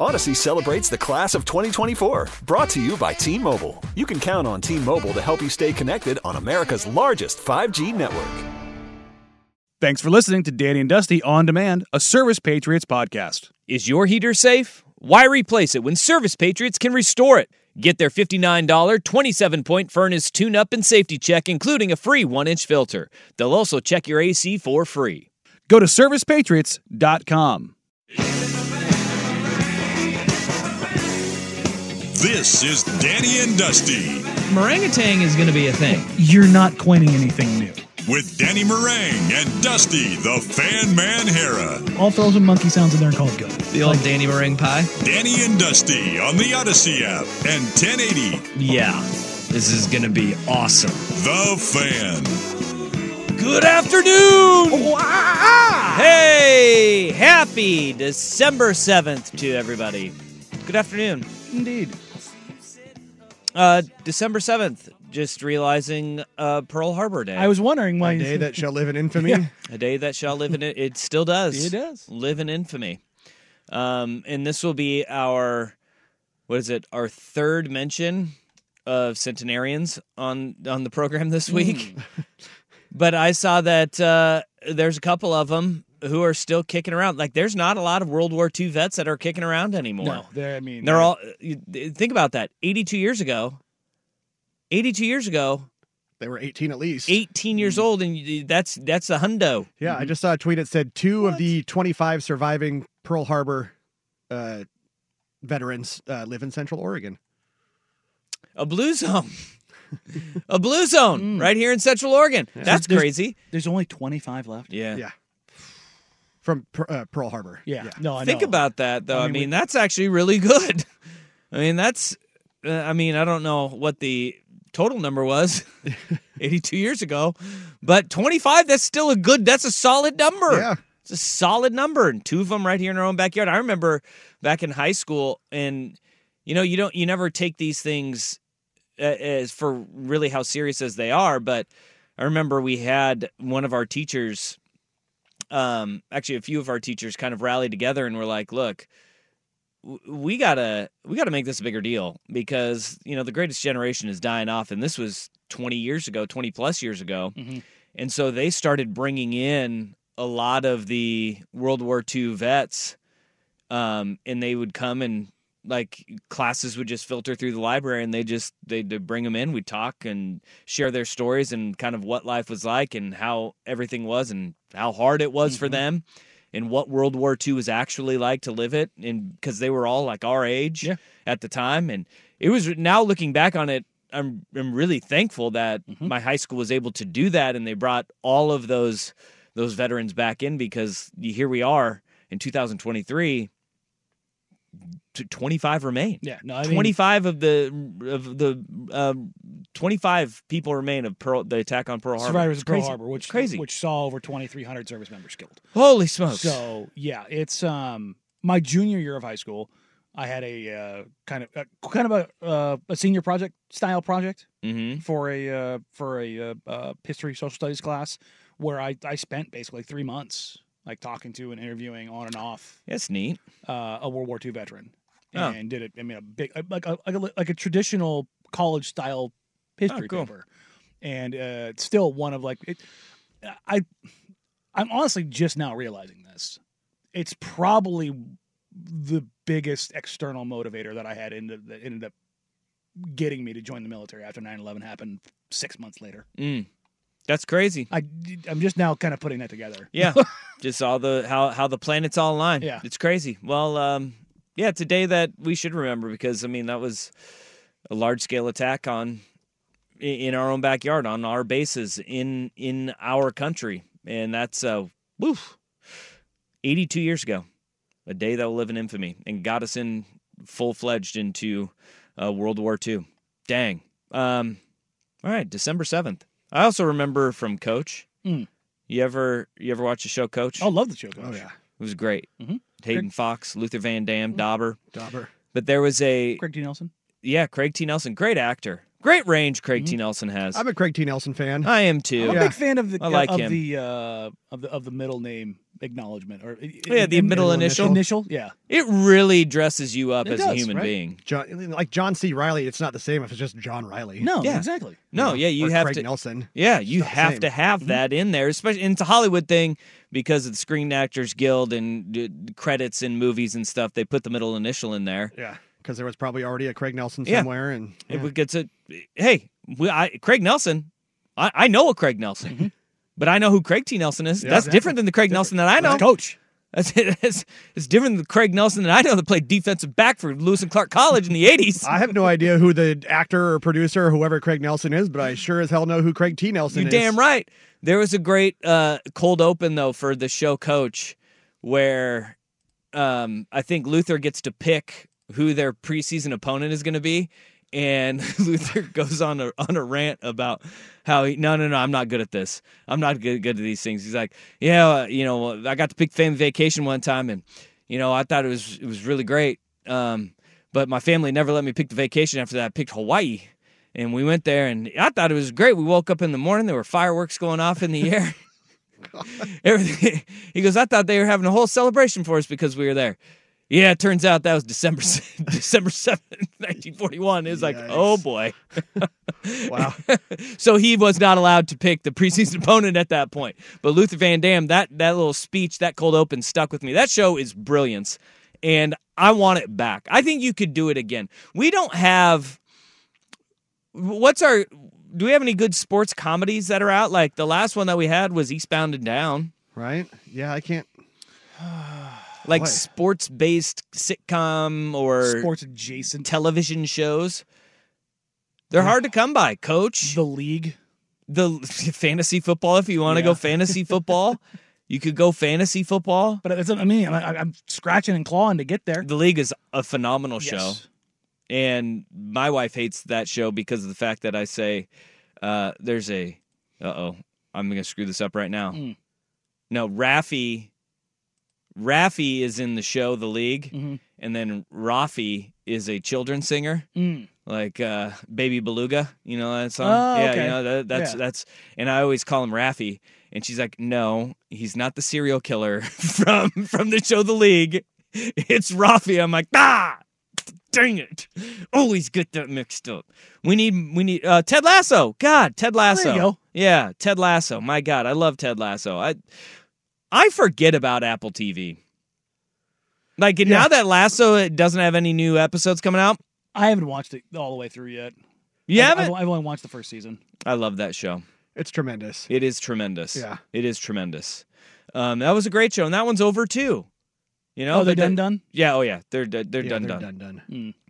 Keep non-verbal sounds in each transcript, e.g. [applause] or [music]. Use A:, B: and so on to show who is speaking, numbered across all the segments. A: Odyssey celebrates the class of 2024. Brought to you by T Mobile. You can count on T Mobile to help you stay connected on America's largest 5G network.
B: Thanks for listening to Danny and Dusty On Demand, a Service Patriots podcast.
C: Is your heater safe? Why replace it when Service Patriots can restore it? Get their $59 27 point furnace tune up and safety check, including a free 1 inch filter. They'll also check your AC for free.
B: Go to servicepatriots.com.
D: This is Danny and Dusty
C: Orangutan is going to be a thing.
B: You're not coining anything new.
D: with Danny Meringue and Dusty the Fan Man Hera.
B: All throws and monkey sounds in there called good.
C: The old Oh, Danny Meringue pie?
D: Danny and Dusty on the Odyssey app and 1080
C: Yeah. This is going to be awesome.
D: The Fan.
C: Good afternoon! ah, Hey! Happy December 7th to everybody. Good afternoon.
B: Indeed.
C: Uh, December 7th, just realizing uh, Pearl Harbor Day.
B: I was wondering why.
E: A day
B: [laughs]
E: that shall live in infamy.
C: A day that shall live in it. It still does.
B: It does.
C: Live in infamy. Um, and this will be our, what is it, our third mention of centenarians on, on the program
B: Hmm. [laughs]
C: this week. but I saw that uh, there's a couple of them who are still kicking around. Like, there's not a lot of World War II vets that are kicking around anymore.
B: no, there, I mean,
C: They're all, you- think about that. 82 years ago, 82 years ago,
E: They were 18 at least.
C: 18
B: Hmm.
C: years old, and you- that's that's a hundo.
E: Yeah, I just saw a tweet that said two of the 25 surviving Pearl Harbor uh, veterans uh, live in Central Oregon.
C: a blue zone. a blue zone right here in Central Oregon. That's
B: There's-
C: crazy.
B: There's only 25 left.
C: Yeah.
E: Yeah. From P- uh, Pearl Harbor.
B: Yeah. No, I
C: Think
B: know.
C: about that though. I mean,
B: mean, we-
C: that's actually really good. [laughs] I mean, that's uh, I mean, I don't know what the total number was 82 years ago, but 25 that's still a good that's a solid number.
E: Yeah.
C: It's a solid number and two of them right here in our own backyard. I remember back in high school and you know, you don't you never take these things uh, as for really how serious as they are, but I remember we had one of our teachers um, actually a few of our teachers kind of rallied together and were like, "Look, w- we gotta we gotta make this a bigger deal because you know the greatest generation is dying off, and this was 20 years ago, 20 plus years ago, and so they started bringing in a lot of the World War II vets, um, and they would come and like classes would just filter through the library and they just they'd, they'd bring them in we'd talk and share their stories and kind of what life was like and how everything was and how hard it was for them and what world war ii was actually like to live it and because they were all like our age
B: Yeah.
C: at the time and it was now looking back on it i'm, I'm really thankful that my high school was able to do that and they brought all of those those veterans back in because here we are in 2023 t- 25 remain
B: Yeah. No, I mean,
C: 25 of the of the um, 25 people remain of Pearl, the attack on Pearl Harbor.
B: survivors
C: It's
B: of Pearl
C: crazy.
B: Harbor, which
C: It's crazy.
B: which saw over 2,300 service members killed.
C: Holy smokes!
B: So yeah, it's um my junior year of high school. I had a uh, kind of a, kind of a uh, a senior project style project
C: hmm
B: for a uh, for a uh, uh, history social studies class where I I spent basically three months like talking to and interviewing on and off
C: That's neat.
B: uh, a World War II veteran
C: Oh.
B: and did it. I mean, a big like a like a, like a traditional college style history
E: Oh,
C: cool.
B: paper, and uh, it's still one of like it, I. I'm honestly just now realizing this. It's probably the biggest external motivator that I had ended that ended up getting me to join the military after 9/11 happened six months later.
C: Mm. That's crazy.
B: I I'm just now kind of putting that together. [laughs]
C: Yeah, just all the how how the planets all align.
B: Yeah.
C: it's crazy. Well, um, yeah, it's a day that we should remember because I mean that was a large scale attack on i- in our own backyard, on our bases, in in our country, and that's uh, woof, eighty two years ago. a day that will live in infamy, and got us in full fledged into uh, World War II. Dang. Um, all right, December seventh. I also remember from Coach.
B: Mm.
C: You ever you ever watch the show Coach?
B: Oh, love the show, Coach.
E: Oh yeah,
C: It was great.
B: Mhm.
C: Hayden Fox, Luther Van Dam,
B: Mm-hmm.
C: Dauber.
E: Dauber.
C: But there was a
B: Craig D. Nelson.
C: yeah, Craig T. Nelson, great actor, great range. Craig T. Nelson has.
E: I'm a Craig T. Nelson fan.
C: I am too.
B: Mm-hmm. I'm a
E: Yeah.
B: big fan of the
C: I like
B: of
C: him.
B: the uh, of the of the middle name acknowledgement or uh,
C: Oh, Yeah, the middle initial.
B: initial. Yeah,
C: It really dresses you up
B: It
C: as a
B: does,
C: human
B: right?
C: being.
E: John, like John C. Riley, it's not the same if it's just John Riley.
B: no,
C: Yeah.
B: exactly.
C: No, yeah, you
E: or
C: have
E: Craig
C: to.
E: Nelson.
C: Yeah, you
E: not the
C: have
E: same. Mm-hmm.
C: to have that in there, especially and it's a Hollywood thing because of the Screen Actors Guild and d- credits in movies and stuff. They put the middle initial in there.
E: Yeah, because there was probably already a Craig Nelson
C: Yeah.
E: somewhere, and yeah.
C: It gets a hey, we, I, Craig Nelson. I, I know a Craig Nelson, but I know who Craig T. Nelson is.
E: Mm-hmm. Yeah,
C: That's
E: exactly.
C: different than the Craig Nelson that I know.
B: Coach.
C: That's, [laughs] it's, it's different than Craig Nelson that I know that played defensive back for Lewis and Clark
E: [laughs]
C: College in the 80s.
E: I have no idea who the actor or producer or whoever Craig Nelson is, but I sure as hell know who Craig T. Nelson
C: you
E: is.
C: damn right. There was a great uh, cold open, though, for the show Coach, where um, I think Luther gets to pick who their preseason opponent is going to be. And [laughs] Luther goes on a on a rant about how he, no no no I'm not good at this I'm not good good at these things. He's like yeah uh, you know I got to pick family vacation one time and you know I thought it was it was really great um, but my family never let me pick the vacation after that I picked Hawaii and we went there and I thought it was great. We woke up in the morning there were fireworks going off in the [laughs] air. Everything. [laughs] He goes, I thought they were having a whole celebration for us because we were there. Yeah, it turns out that was December [laughs] se- December seventh, nineteen forty one. It's like, oh boy.
E: Wow.
C: [laughs] so he was not allowed to pick the preseason [laughs] opponent at that point. But Luther Van Dam, that that little speech, that cold open, stuck with me. That show is brilliance, and I want it back. I think you could do it again. We don't have. What's our? Do we have any good sports comedies that are out? Like the last one that we had was Eastbound and Down.
E: Right? Yeah, I can't.
C: [sighs] like
E: Boy.
C: sports based sitcom or
B: Sports adjacent.
C: television shows. They're hard to come by. Coach
B: The league.
C: the, [laughs] fantasy football. If you want to go
B: Yeah. [laughs]
C: fantasy football, you could go fantasy football.
B: But it's, I mean, I'm, I'm scratching and clawing to get there.
C: The league is a phenomenal show,
B: Yes.
C: and my wife hates that show because of the fact that I say uh, there's a uh oh I'm gonna screw this up right now.
B: Mm.
C: No, Raffy. Raffy is in the show The League,
B: Mhm.
C: and then Rafi is a children's singer.
B: Mm.
C: like uh baby beluga you know that song
B: Oh,
C: yeah
B: okay.
C: you know that, that's
B: Yeah.
C: that's and i always call him raffy and she's like no he's not the serial killer [laughs] from from the show the league it's raffy i'm like ah dang it always get that mixed up we need we need uh ted lasso god ted lasso
B: you go.
C: yeah ted lasso my god i love ted lasso i i forget about apple tv like now that lasso it doesn't have any new episodes coming out
B: I haven't watched it all the way through yet.
C: you
B: I've,
C: haven't
B: I've, I've only watched the first season.
C: I love that show.
E: It's tremendous.
C: It is tremendous.
E: Yeah.
C: It is tremendous. Um, that was a great show, and that one's over too. You know,
B: oh, they're
C: They-
B: done, done.
C: Yeah. Oh, yeah. They're d- they're
E: Yeah,
C: done,
E: they're
C: done.
E: done,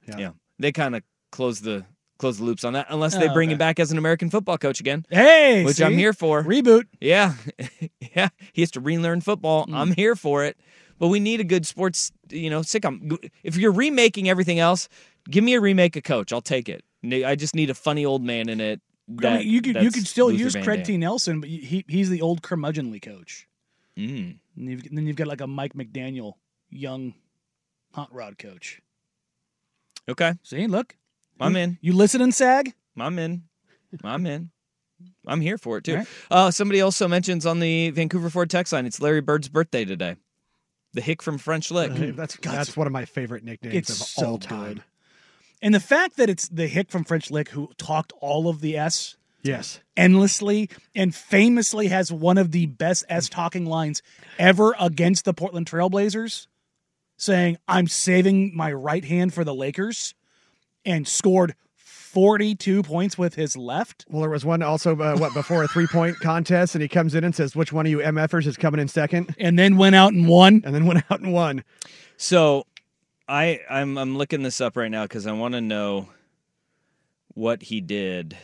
E: done.
C: Yeah. They kind of close the close the loops on that, unless they
B: Oh,
C: bring
B: okay.
C: him back as an American football coach again,
B: Mm. Hey,
C: which I'm
B: see?
C: here for.
B: Reboot.
C: yeah. [laughs] yeah. He has to relearn football.
B: Mm.
C: I'm here for it. But we need a good sports, you know, sitcom. If you're remaking everything else, give me a remake of Coach. I'll take it. I just need a funny old man in it.
B: I
C: that-
B: mean, you could you
C: that's
B: could still
C: Luther
B: use
C: Van
B: Craig
C: Dam.
B: T. Nelson, but he he's the old curmudgeonly coach.
C: Mm.
B: And you've, then you've got like a Mike McDaniel, young hot rod coach.
C: Okay.
B: See, look,
C: I'm in.
B: you listen and sag.
C: I'm in. I'm in. I'm here for it too.
B: All right.
C: Uh, somebody also mentions on the Vancouver Ford text line, it's Larry Bird's birthday today. The hick from French Lick.
E: Hey, That's that's one of my favorite nicknames
B: It's
E: of
B: so
E: all time.
B: good. And the fact that it's the hick from French Lick who talked all of the S
E: Yes.
B: endlessly and famously has one of the best
E: Mm.
B: S talking lines ever against the Portland Trailblazers, saying, I'm saving my right hand for the Lakers, and scored 42 points with his left.
E: Well, there was one also uh, what before a three point contest, and he comes in and says, "Which one of you mfers is coming in second?
B: And then went out and won.
E: And then went out and won.
C: So I I'm I'm looking this up right now because I want to know what he did.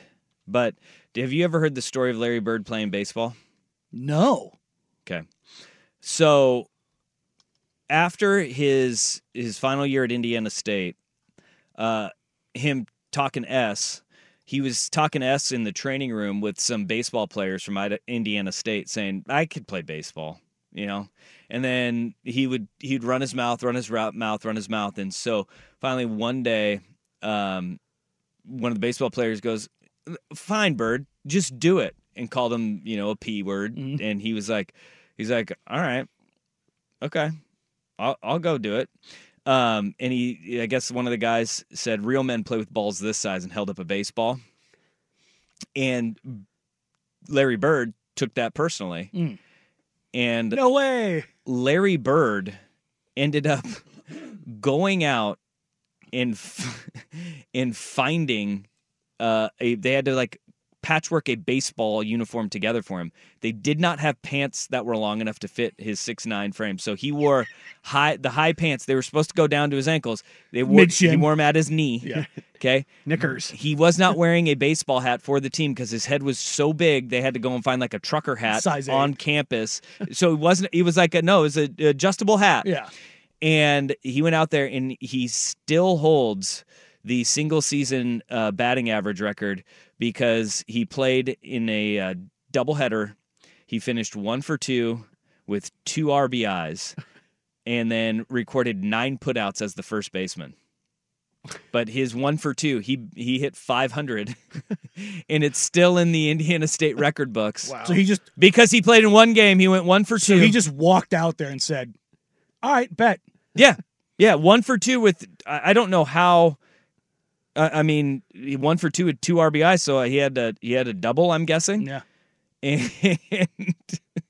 C: But have you ever heard the story of Larry Bird playing baseball?
B: No.
C: Okay. So after his his final year at Indiana State, uh, him talking s, he was talking s in the training room with some baseball players from Ida- Indiana State, saying I could play baseball, you know. And then he would he'd run his mouth, run his route, mouth, run his mouth, and so finally one day, um, one of the baseball players goes, "Fine, Bird, just do it," and called him, you know, a p word, and he was like, he's like, "All right." okay, I'll, I'll go do it. Um, and he, I guess one of the guys said, real men play with balls this size and held up a baseball. And Larry Bird took that personally. And
B: No way.
C: Larry Bird ended up going out and f- [laughs] and finding uh, a they had to like patchwork a baseball uniform together for him. They did not have pants that were long enough to fit his six nine frame, so he wore high the high pants. They were supposed to go down to his ankles. They wore
B: Mid-shin.
C: he wore them at his knee.
B: Yeah.
C: [laughs] okay.
E: Knickers.
C: He was not wearing a baseball hat for the team because his head was so big they had to go and find like a trucker hat
B: Size eight.
C: on campus. So it wasn't. It was like a no. It was an adjustable hat.
B: Yeah.
C: And he went out there and he still holds the single season uh, batting average record because he played in a uh, doubleheader. He finished one for two with two RBIs and then recorded nine putouts as the first baseman. But his one for two, he he hit 500, [laughs] and it's still in the Indiana State record books.
B: So he just
C: Because he played in one game, he went one for
B: so
C: two.
B: he just walked out there and said, "All right, bet."
C: Yeah, yeah, one for two with I I don't know how. I I mean, he- one for two with two RBI, so he had a he had a double. I'm guessing,
B: Yeah.
C: and [laughs]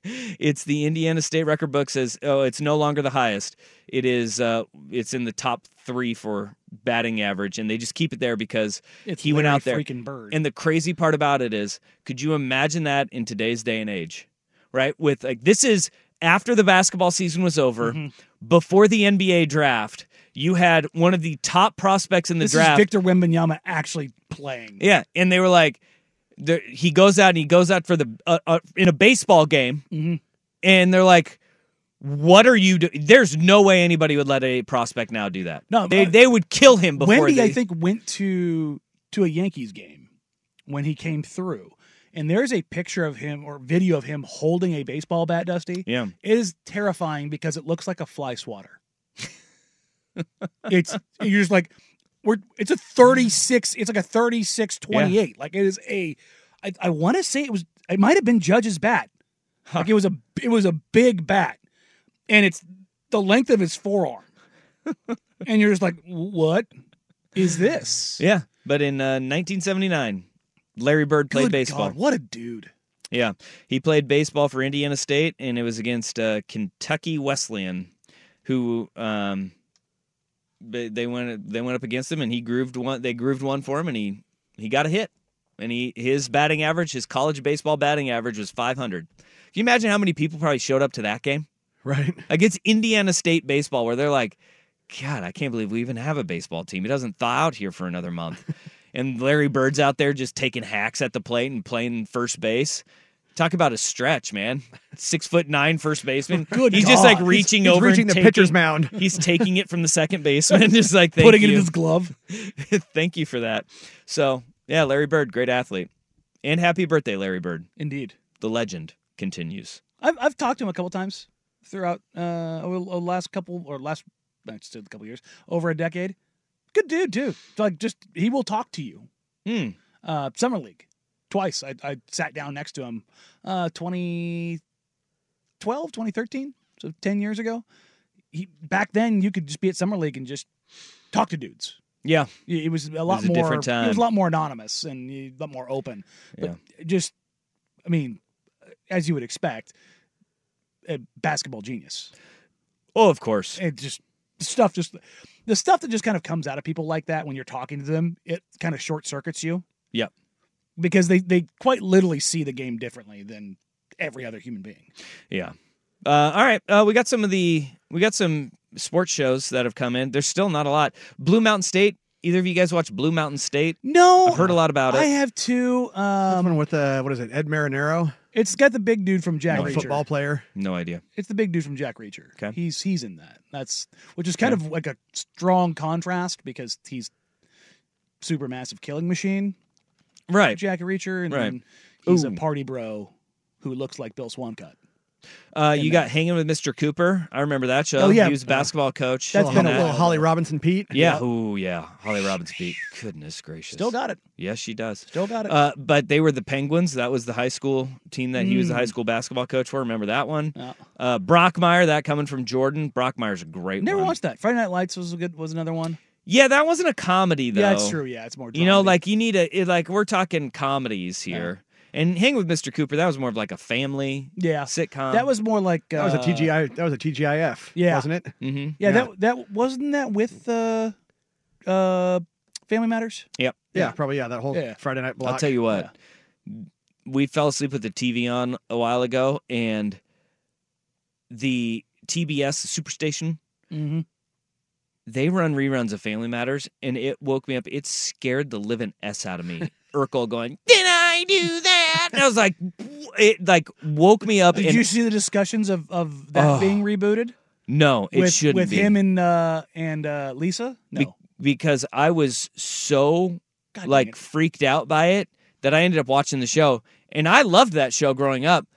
C: it's the Indiana State record book says, oh, it's no longer the highest. It is, uh, it's in the top three for batting average, and they just keep it there because
B: It's
C: he went
B: Larry
C: out there.
B: freaking Bird.
C: And the crazy part about it is, could you imagine that in today's day and age? Right? With like this is after the basketball season was over,
B: Mm-hmm.
C: before the NBA draft, you had one of the top prospects in the
B: this
C: draft.
B: is Victor Wembanyama actually playing.
C: yeah, and they were like the- he goes out and he goes out for the uh, uh, in a baseball game.
B: Mm-hmm.
C: And they're like what are you doing? There's no way anybody would let a prospect now do that.
B: No,
C: they,
B: uh,
C: they would kill him before.
B: Wendy,
C: they,
B: I think, went to to a Yankees game when he came through, and there's a picture of him or video of him holding a baseball bat. Dusty,
C: Yeah.
B: it is terrifying because it looks like a fly swatter. it's you're just like we're. It's a 36. It's like a 36 28. Like it is a. I, I want to say it was. It might have been Judge's bat. Like it was a. It was a big bat, and it's the length of his forearm.
C: [laughs]
B: and you're just like, what? is this?
C: Yeah, but in uh, 1979, Larry Bird played
B: Good
C: baseball.
B: God, what a dude.
C: Yeah, he played baseball for Indiana State, and it was against uh, Kentucky Wesleyan, who um, they, they went they went up against him, and he grooved one. They grooved one for him, and he he got a hit. And he his batting average, his college baseball batting average was 500. Can you imagine how many people probably showed up to that game?
E: Right.
C: Like it's Indiana State baseball where they're like, God, I can't believe we even have a baseball team. It doesn't thaw out here for another month. and Larry Bird's out there just taking hacks at the plate and playing first base. Talk about a stretch, man. Six foot nine first baseman.
B: Good
C: he's just like
B: God.
C: reaching
E: he's
C: over
E: reaching
C: and
E: the
C: taking-
E: pitcher's mound.
C: [laughs] He's taking it from the second baseman, just like thank
B: Putting
C: you.
B: it in his glove.
C: [laughs] thank you for that. So yeah, Larry Bird, great athlete. And happy birthday, Larry Bird.
B: Indeed.
C: The legend continues.
B: I've, I've talked to him a couple times throughout uh over the last couple or last I just said a couple years over a decade. Good dude too. Like just he will talk to you.
C: Hmm.
B: Uh, summer league, twice. I, I sat down next to him, uh, 2012, 2013, so ten years ago. He back then you could just be at summer league and just talk to dudes.
C: Yeah.
B: Y- It was a lot
C: was a
B: more.
C: different
B: It was
C: time.
B: a lot more anonymous and a lot more open. But just, I mean, as you would expect, a basketball genius.
C: Oh, of course.
B: It just stuff just the stuff that just kind of comes out of people like that when you're talking to them. It kind of short circuits you
C: Yep.
B: because they they quite literally see the game differently than every other human being.
C: Yeah. Uh, all right. Uh, we got some of the we got some sports shows that have come in. There's still not a lot. Blue Mountain State either of you guys watch Blue Mountain State?
B: No,
C: I've heard a lot about it.
B: I have two.
E: That's one
B: Um,
E: with uh, what is it? Ed Marinero,
B: it's got the big dude from Jack
E: the
B: Reacher.
E: football player.
C: No idea.
B: It's the big dude from Jack Reacher.
C: Okay.
B: He's he's in that. That's which is kind
C: Okay.
B: of like a strong contrast because he's super massive killing machine,
C: Right.
B: Jack Reacher, and
C: Right.
B: then he's a
C: Ooh.
B: party bro who looks like Bill Swancut.
C: Uh, you
B: And
C: got hanging with Mr. Cooper. I remember that show.
B: Oh, yeah.
C: He was a basketball coach.
B: That's
E: little,
B: been a
E: little
B: while.
E: Holly Robinson Pete.
C: Yeah. Oh, yeah. Holly Robbins beat. Goodness gracious.
B: Still got it.
C: Yes, she does.
B: Still got it.
C: Uh, but they were the Penguins. That was the high school team that he was the high school basketball coach for. Remember that one?
B: Mm. Yeah.
C: Uh, Brockmeyer, that coming from Jordan. Brockmeyer's a great
B: Never
C: one.
B: watched that. Friday Night Lights was a good was another one.
C: Yeah, that wasn't a comedy though.
B: Yeah, it's true. Yeah, it's more.
C: You know,
B: dramedy.
C: like you need a it, like we're talking comedies here. And Hang with Mr. Cooper, that was more of like a family
B: yeah,
C: sitcom.
B: that was more like uh,
E: That was a TGI. That was a TGIF.
B: yeah.
E: wasn't it?
C: hmm
B: Yeah,
E: Yeah.
B: that that wasn't that with uh, uh, Family Matters.
C: Yep.
E: Yeah, probably. Yeah, that whole
B: Yeah.
E: Friday night block.
C: I'll tell you what. We fell asleep with the TV on a while ago, and the TBS Superstation
B: Mm-hmm.
C: they run reruns of Family Matters, and it woke me up. It scared the living s out
B: [laughs]
C: of me. Urkel going, "Did I do that?" And I was like, w- it like woke me up.
B: Did
C: and
B: you see the discussions of of that
C: Oh,
B: being rebooted
C: no, it
B: with
C: shouldn't
B: with
C: be
B: him and uh and uh Lisa? No,
C: Be- because I was so
B: God dang
C: like
B: it.
C: freaked out by it that I ended up watching the show, and I loved that show growing up.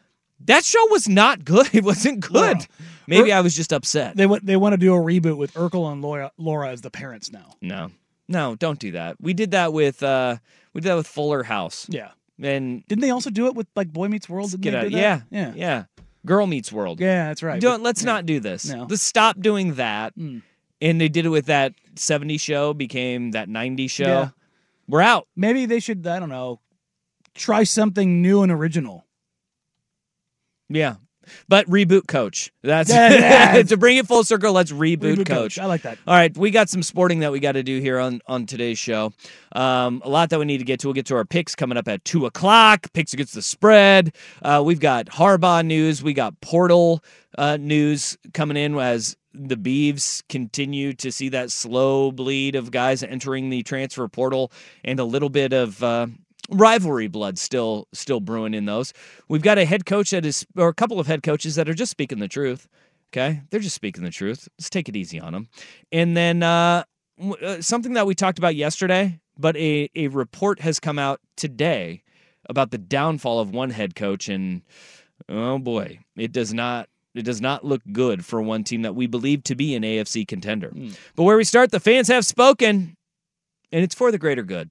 C: That show was not [laughs] good. It wasn't good.
B: No.
C: Maybe I was just upset.
B: they want they want to do a reboot with Urkel and Laura Laura as the parents now.
C: No, no, don't do that. We did that with uh, we did that with Fuller House,
B: Yeah,
C: and
B: didn't they also do it with like Boy Meets World? Didn't
C: Get
B: they
C: out.
B: do that?
C: Yeah.
B: yeah,
C: Yeah. Girl meets world.
B: Yeah, That's right.
C: Don't
B: But-
C: let's not do this.
B: No.
C: Let's stop doing that.
B: Mm.
C: And they did it with that 70 show became that 90 show.
B: Yeah.
C: We're out.
B: Maybe they should. I don't know. Try something new and original.
C: Yeah. But reboot coach. That's [laughs]
B: Yeah, yeah.
C: to bring it full circle, let's reboot, coach.
B: I like that.
C: All right, we got some sporting that we got to do here on on today's show. Um, a lot that we need to get to. We'll get to our picks coming up at two o'clock. Picks against the spread. Uh, we've got Harbaugh news. We got portal uh, news coming in as the Beavs continue to see that slow bleed of guys entering the transfer portal and a little bit of. Uh, rivalry blood still still brewing in those. We've got a head coach that is or a couple of head coaches that are just speaking the truth. Okay? They're just speaking the truth. Let's take it easy on them. And then uh, w- uh, something that we talked about yesterday, but a a report has come out today about the downfall of one head coach and oh boy, it does not it does not look good for one team that we believe to be an AFC contender. But where we start, the fans have spoken and it's for the greater good.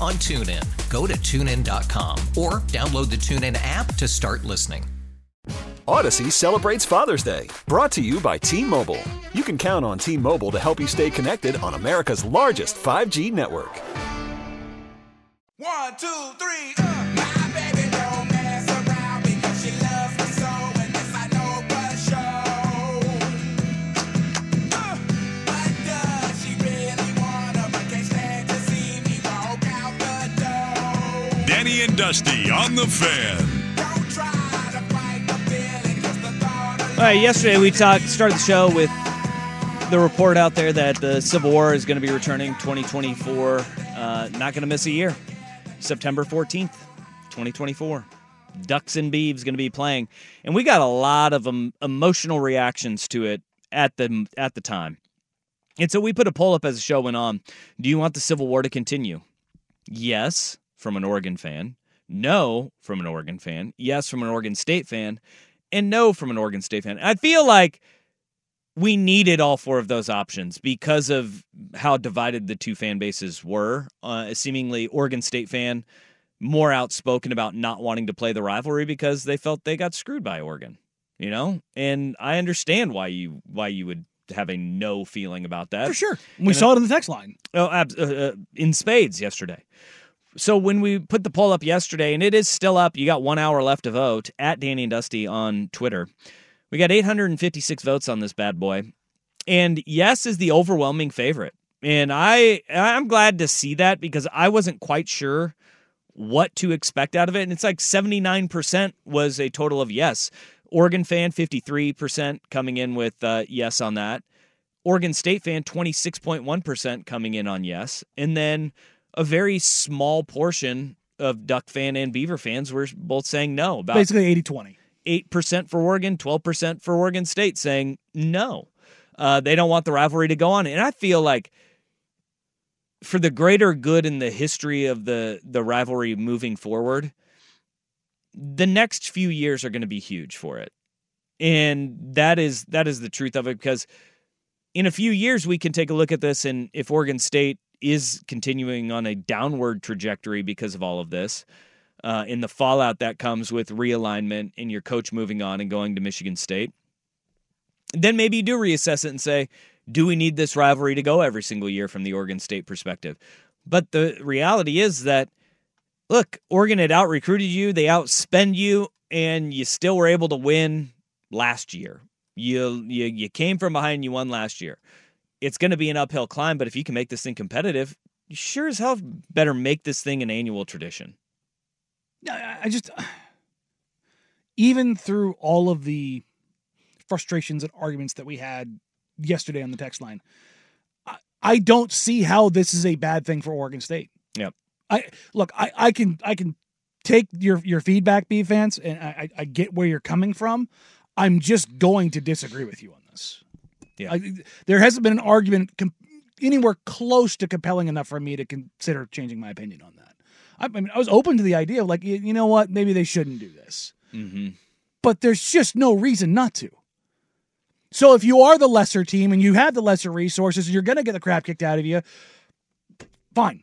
F: on TuneIn. Go to tunein.com or download the TuneIn app to start listening.
A: Odyssey celebrates Father's Day, brought to you by T Mobile. You can count on T Mobile to help you stay connected on America's largest 5G network.
G: One, two, three. uh. My baby don't mess around because she loves me so, and this I know for sure. Uh, But does she really want him? I can't stand to see me walk out the door.
D: Danny and Dusty on the fan.
G: Don't try to fight the feeling 'cause the thought of
C: All right, yesterday we talked started the show with the report out there that the Civil War is going to be returning 2024. Uh, not going to miss a year. September 14th, 2024. Ducks and Beeves going to be playing, and we got a lot of um, emotional reactions to it at the at the time. And so we put a poll up as the show went on. Do you want the Civil War to continue? Yes, from an Oregon fan. No, from an Oregon fan. Yes, from an Oregon State fan. And no, from an Oregon State fan. I feel like we needed all four of those options because of how divided the two fan bases were. Uh, seemingly, Oregon State fan more outspoken about not wanting to play the rivalry because they felt they got screwed by Oregon. You know, and I understand why you why you would have a no feeling about that
B: For sure. We saw it in the text line.
C: Oh, abs- uh, uh, in spades yesterday. so when we put the poll up yesterday, and it is still up, you got one hour left to vote at Danny and Dusty on Twitter. We got 856 votes on this bad boy, and yes is the overwhelming favorite. And I I'm glad to see that because I wasn't quite sure what to expect out of it. And it's like 79% was a total of yes. Oregon fan 53% coming in with uh, yes on that. Oregon State fan 26.1% coming in on yes. And then a very small portion of Duck fan and Beaver fans were both saying no. About
B: Basically 80 20.
C: 8% for Oregon, 12% for Oregon State saying no. Uh, they don't want the rivalry to go on. And I feel like for the greater good in the history of the, the rivalry moving forward, the next few years are going to be huge for it. And that is that is the truth of it because in a few years we can take a look at this and if Oregon State is continuing on a downward trajectory because of all of this, uh, in the fallout that comes with realignment and your coach moving on and going to Michigan State, then maybe you do reassess it and say, do we need this rivalry to go every single year from the Oregon State perspective? But the reality is that, look, Oregon had out recruited you, they outspend you, and you still were able to win last year. You you you came from behind, you won last year. It's going to be an uphill climb, but if you can make this thing competitive, you sure as hell better make this thing an annual tradition.
B: No, I I just even through all of the frustrations and arguments that we had yesterday on the text line, I, I don't see how this is a bad thing for Oregon State.
C: Yep.
B: I look, I, I can I can take your your feedback, B fans, and I, I I get where you're coming from. I'm just going to disagree with you on this.
C: Yeah.
B: I, there hasn't been an argument com- anywhere close to compelling enough for me to consider changing my opinion on that. I, I mean, I was open to the idea of like, you, you know what, maybe they shouldn't do this,
C: Mm-hmm.
B: but there's just no reason not to. So if you are the lesser team and you have the lesser resources, and you're going to get the crap kicked out of you. Fine.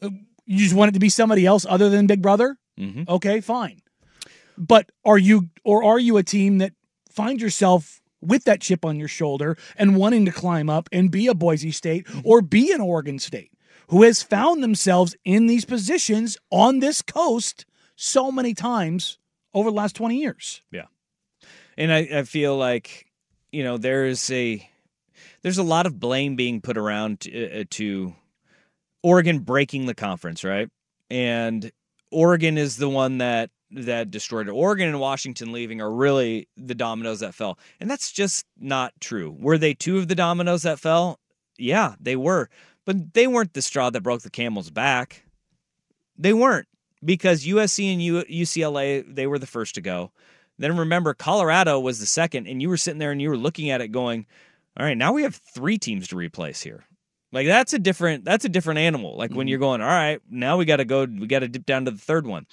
B: Uh, You just want it to be somebody else other than Big Brother?
C: Mm-hmm.
B: Okay, fine. But are you or are you a team that find yourself with that chip on your shoulder and wanting to climb up and be a Boise State
C: Mm-hmm.
B: or be an Oregon State who has found themselves in these positions on this coast so many times over the last 20 years?
C: and I, I feel like you know there's a there's a lot of blame being put around to, uh, to Oregon breaking the conference, right? And Oregon is the one that that destroyed it. Oregon and Washington leaving are really the dominoes that fell, and that's just not true. Were they two of the dominoes that fell? Yeah, they were, but they weren't the straw that broke the camel's back. They weren't because USC and U- UCLA they were the first to go. Then remember, Colorado was the second, and you were sitting there and you were looking at it going, all right, now we have three teams to replace here. Like that's a different that's a different animal. Like when you're going, all right, now we got to go, we got to dip down to the third one,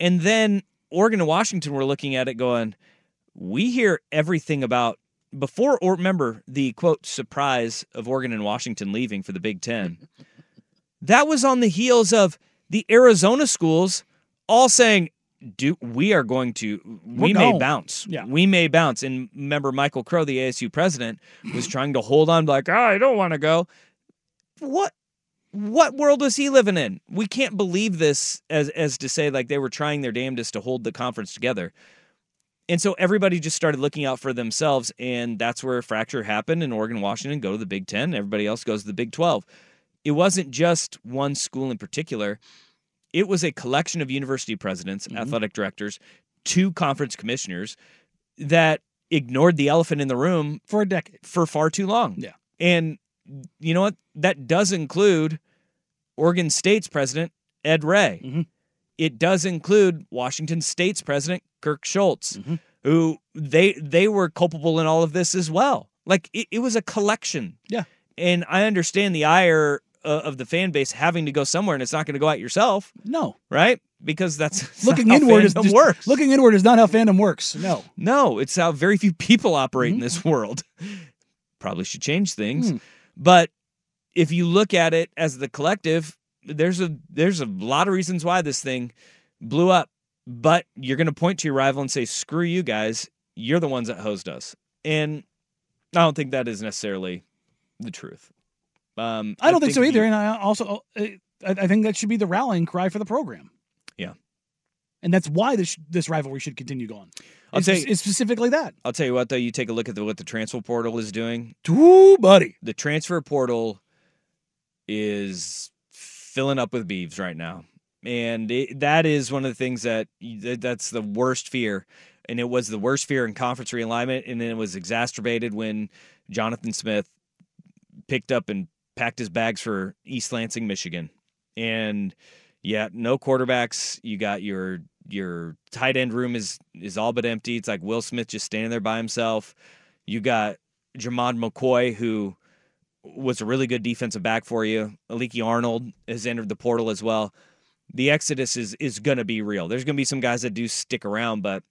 C: and then Oregon and Washington were looking at it going, we hear everything about before or remember the quote surprise of Oregon and Washington leaving for the
B: [laughs]
C: Big Ten. that was on the heels of the Arizona schools all saying, "Do we are going to we
B: We're
C: may
B: gone.
C: bounce,
B: Yeah.
C: we may bounce." And remember, Michael Crow, the ASU president, was trying to hold on, like, oh, "I don't want to go." What? What world was he living in? We can't believe this as as to say like they were trying their damnedest to hold the conference together. And so everybody just started looking out for themselves, and that's where a fracture happened. And Oregon, Washington go to the Big Ten. Everybody else goes to the Big Twelve. It wasn't just one school in particular; it was a collection of university presidents,
B: Mm-hmm.
C: athletic directors, two conference commissioners that ignored the elephant in the room
B: For a decade.
C: for far too long.
B: Yeah.
C: And you know what? That does include Oregon State's president, Ed Ray.
B: Mhm.
C: It does include Washington State's president, Kirk Schultz, who they they were culpable in all of this as well. Like it, it was a collection.
B: Yeah.
C: And I understand the ire uh, of the fan base having to go somewhere and it's not going to go out yourself,
B: No.
C: right? Because that's that's not
B: Looking
C: [laughs] how
B: inward is
C: fandom
B: just-
C: works.
B: Looking inward is not how fandom works. No.
C: No, it's how very few people operate
B: Mm.
C: in this world. [laughs] Probably should change things.
B: Hmm.
C: But if you look at it as the collective, there's a there's a lot of reasons why this thing blew up. But you're gonna point to your rival and say, Screw you guys, you're the ones that hosed us. And I don't think that is necessarily the truth. Um,
B: I don't think, so
C: you-
B: either. and I also, uh, I, I think that should be the rallying cry for the program.
C: Yeah.
B: and that's why this this rivalry should continue going.
C: I'll
B: It's
C: tell
B: just-
C: you-
B: it's specifically that.
C: I'll tell you what, though, you take a look at the, what the transfer portal is doing.
B: Ooh, buddy.
C: The transfer portal is filling up with beeves right now, and it, that is one of the things that that- that's the worst fear, and it was the worst fear in conference realignment, and then it was exacerbated when Jonathan Smith picked up and packed his bags for East Lansing, Michigan, and yeah, no quarterbacks. You got your your tight end room is is all but empty. It's like Will Smith just standing there by himself. You got Jamond McCoy who was a really good defensive back for you. Aliki Arnold has entered the portal as well. The exodus is is going to be real. There's going to be some guys that do stick around, but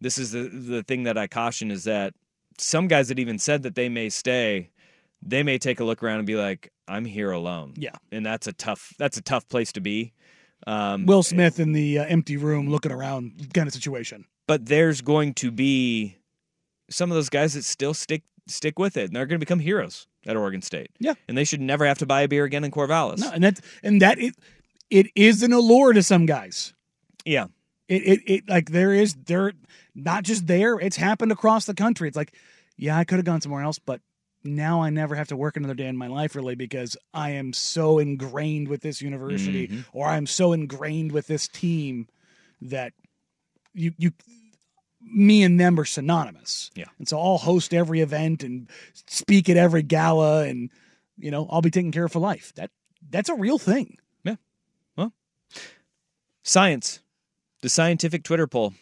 C: this is the the thing that I caution is that some guys that even said that they may stay, they may take a look around and be like, "I'm here alone."
B: Yeah.
C: and that's a tough that's a tough place to be. Um,
B: Will Smith in the uh, empty room looking around kind of situation.
C: but there's going to be some of those guys that still stick stick with it, and they're going to become heroes at Oregon State.
B: Yeah.
C: and they should never have to buy a beer again in Corvallis.
B: No, and that and that it, it is an allure to some guys.
C: Yeah,
B: It, it it like there is there not just there. It's happened across the country. It's like, yeah, I could have gone somewhere else, but now I never have to work another day in my life really because I am so ingrained with this university
C: Mm-hmm.
B: or I'm so ingrained with this team that you you me and them are synonymous.
C: Yeah.
B: And so I'll host every event and speak at every gala and you know, I'll be taken care of for life. That that's a real thing.
C: science, the scientific Twitter poll.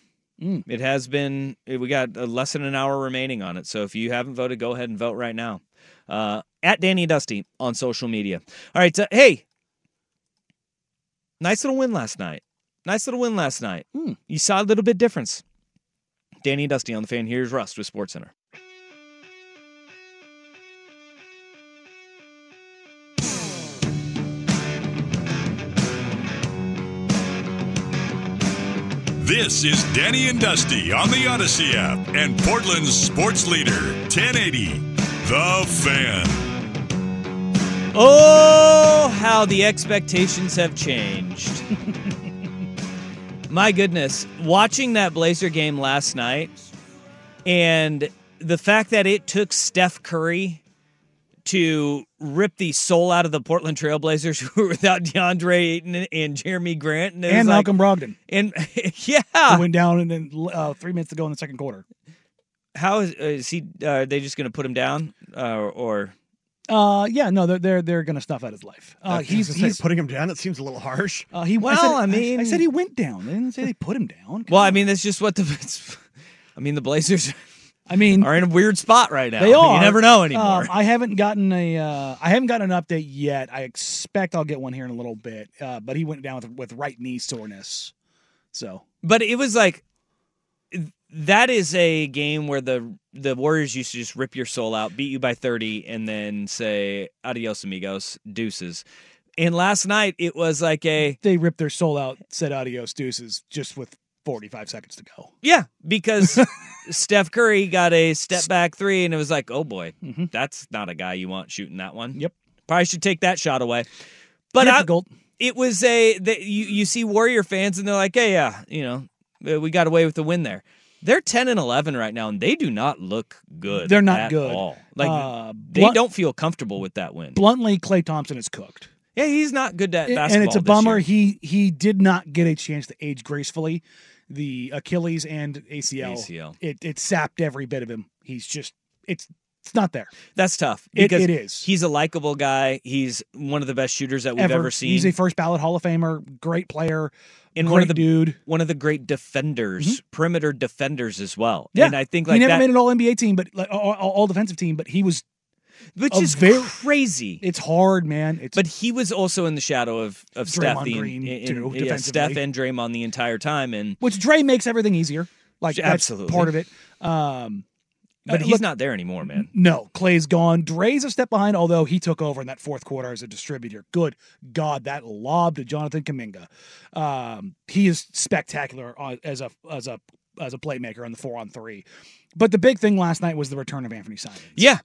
B: Mm.
C: It has been. We got uh, less than an hour remaining on it. So if you haven't voted, go ahead and vote right now. Uh, at Danny Dusty on social media. All right. uh, hey, nice little win last night. Nice little win last night.
B: Mm.
C: You saw a little bit difference. Danny Dusty on the fan. Here's Rust with Sports Center.
D: This is Danny and Dusty on the Odyssey app and Portland's sports leader, 1080, The Fan.
C: Oh, how the expectations have changed. My goodness, watching that Blazer game last night and the fact that it took Steph Curry to rip the soul out of the Portland Trailblazers [laughs] who were without DeAndre Ayton and Jeremy Grant it
B: And
C: was like- Ah.
B: Malcolm Brogdon.
C: and [laughs]
B: who
C: yeah,
B: went down and then uh, three minutes to go in the second quarter.
C: how is, is he? Uh, are they just going to put him down uh, or?
B: Uh, yeah, no, they're they're they're gonna snuff out his life. Uh, he's, he's
E: putting him down. It seems a little harsh.
B: uh, he.
C: Well,
B: said-
C: I mean-
B: I said he went down. They didn't say they put him down.
C: Well, I mean, that's just what the. [laughs] I mean, the Blazers.
B: I mean,
C: are in a weird spot right now.
B: they are.
C: You never know
B: Um,
C: anymore.
B: I haven't gotten a. Uh, I haven't gotten an update yet. I expect I'll get one here in a little bit. Uh, but he went down with with right knee soreness. So
C: [laughs] but it was like that is a game where the the Warriors used to just rip your soul out, beat you by 30 and then say adios amigos, deuces. And last night it was like a
B: they ripped their soul out. Said adios deuces just with forty five seconds to go.
C: yeah,
B: [laughs]
C: because Steph Curry got a step back 3 and it was like, "Oh boy,
B: Mhm.
C: that's not a guy you want shooting that one."
B: Yep.
C: Probably should take that shot away. But I,
B: Difficult.
C: it was a that you you see Warrior fans and they're like, hey, yeah, you know, uh, we got away with the win there. They're ten and eleven right now, and they do not look good.
B: They're not
C: at
B: good.
C: all. Like
B: Uh,
C: they
B: blunt-
C: don't feel comfortable with that win.
B: Bluntly, Clay Thompson is cooked.
C: yeah, he's not good at
B: And-
C: basketball.
B: and it's a
C: this
B: bummer
C: year.
B: he he did not get a chance to age gracefully the achilles and acl,
C: ACL.
B: It, it sapped every bit of him he's just it's it's not there
C: That's tough.
B: It-
C: because
B: it is.
C: He's a likable guy. He's one of the best shooters that we've ever, seen,
B: he's a first ballot hall of famer great player
C: and
B: great
C: one of the
B: dude Mm-hmm.
C: one of the great defenders, perimeter defenders as well.
B: yeah
C: and I think like
B: he never
C: that,
B: made an all nba team but like all, all- all defensive team but he was
C: which
B: a
C: is
B: very-
C: crazy.
B: it's hard man it's
C: But he was also in the shadow of of Steph,
B: Draymond
C: the,
B: Green,
C: in-
B: too,
C: in- yeah,
B: defensively.
C: Steph and Draymond the entire time, and
B: which Dre makes everything easier like that's
C: Absolutely.
B: part of it um
C: but
B: uh,
C: he's
B: look- Mm-hmm.
C: not there anymore, man.
B: No, Clay's gone. Dre's a step behind, although he took over in that fourth quarter as a distributor. Good God, that lob to Jonathan Kaminga. Um, he is spectacular on, as a as a as a playmaker on the four on three. But the big thing last night was the return of Anthony Simons.
C: Yeah,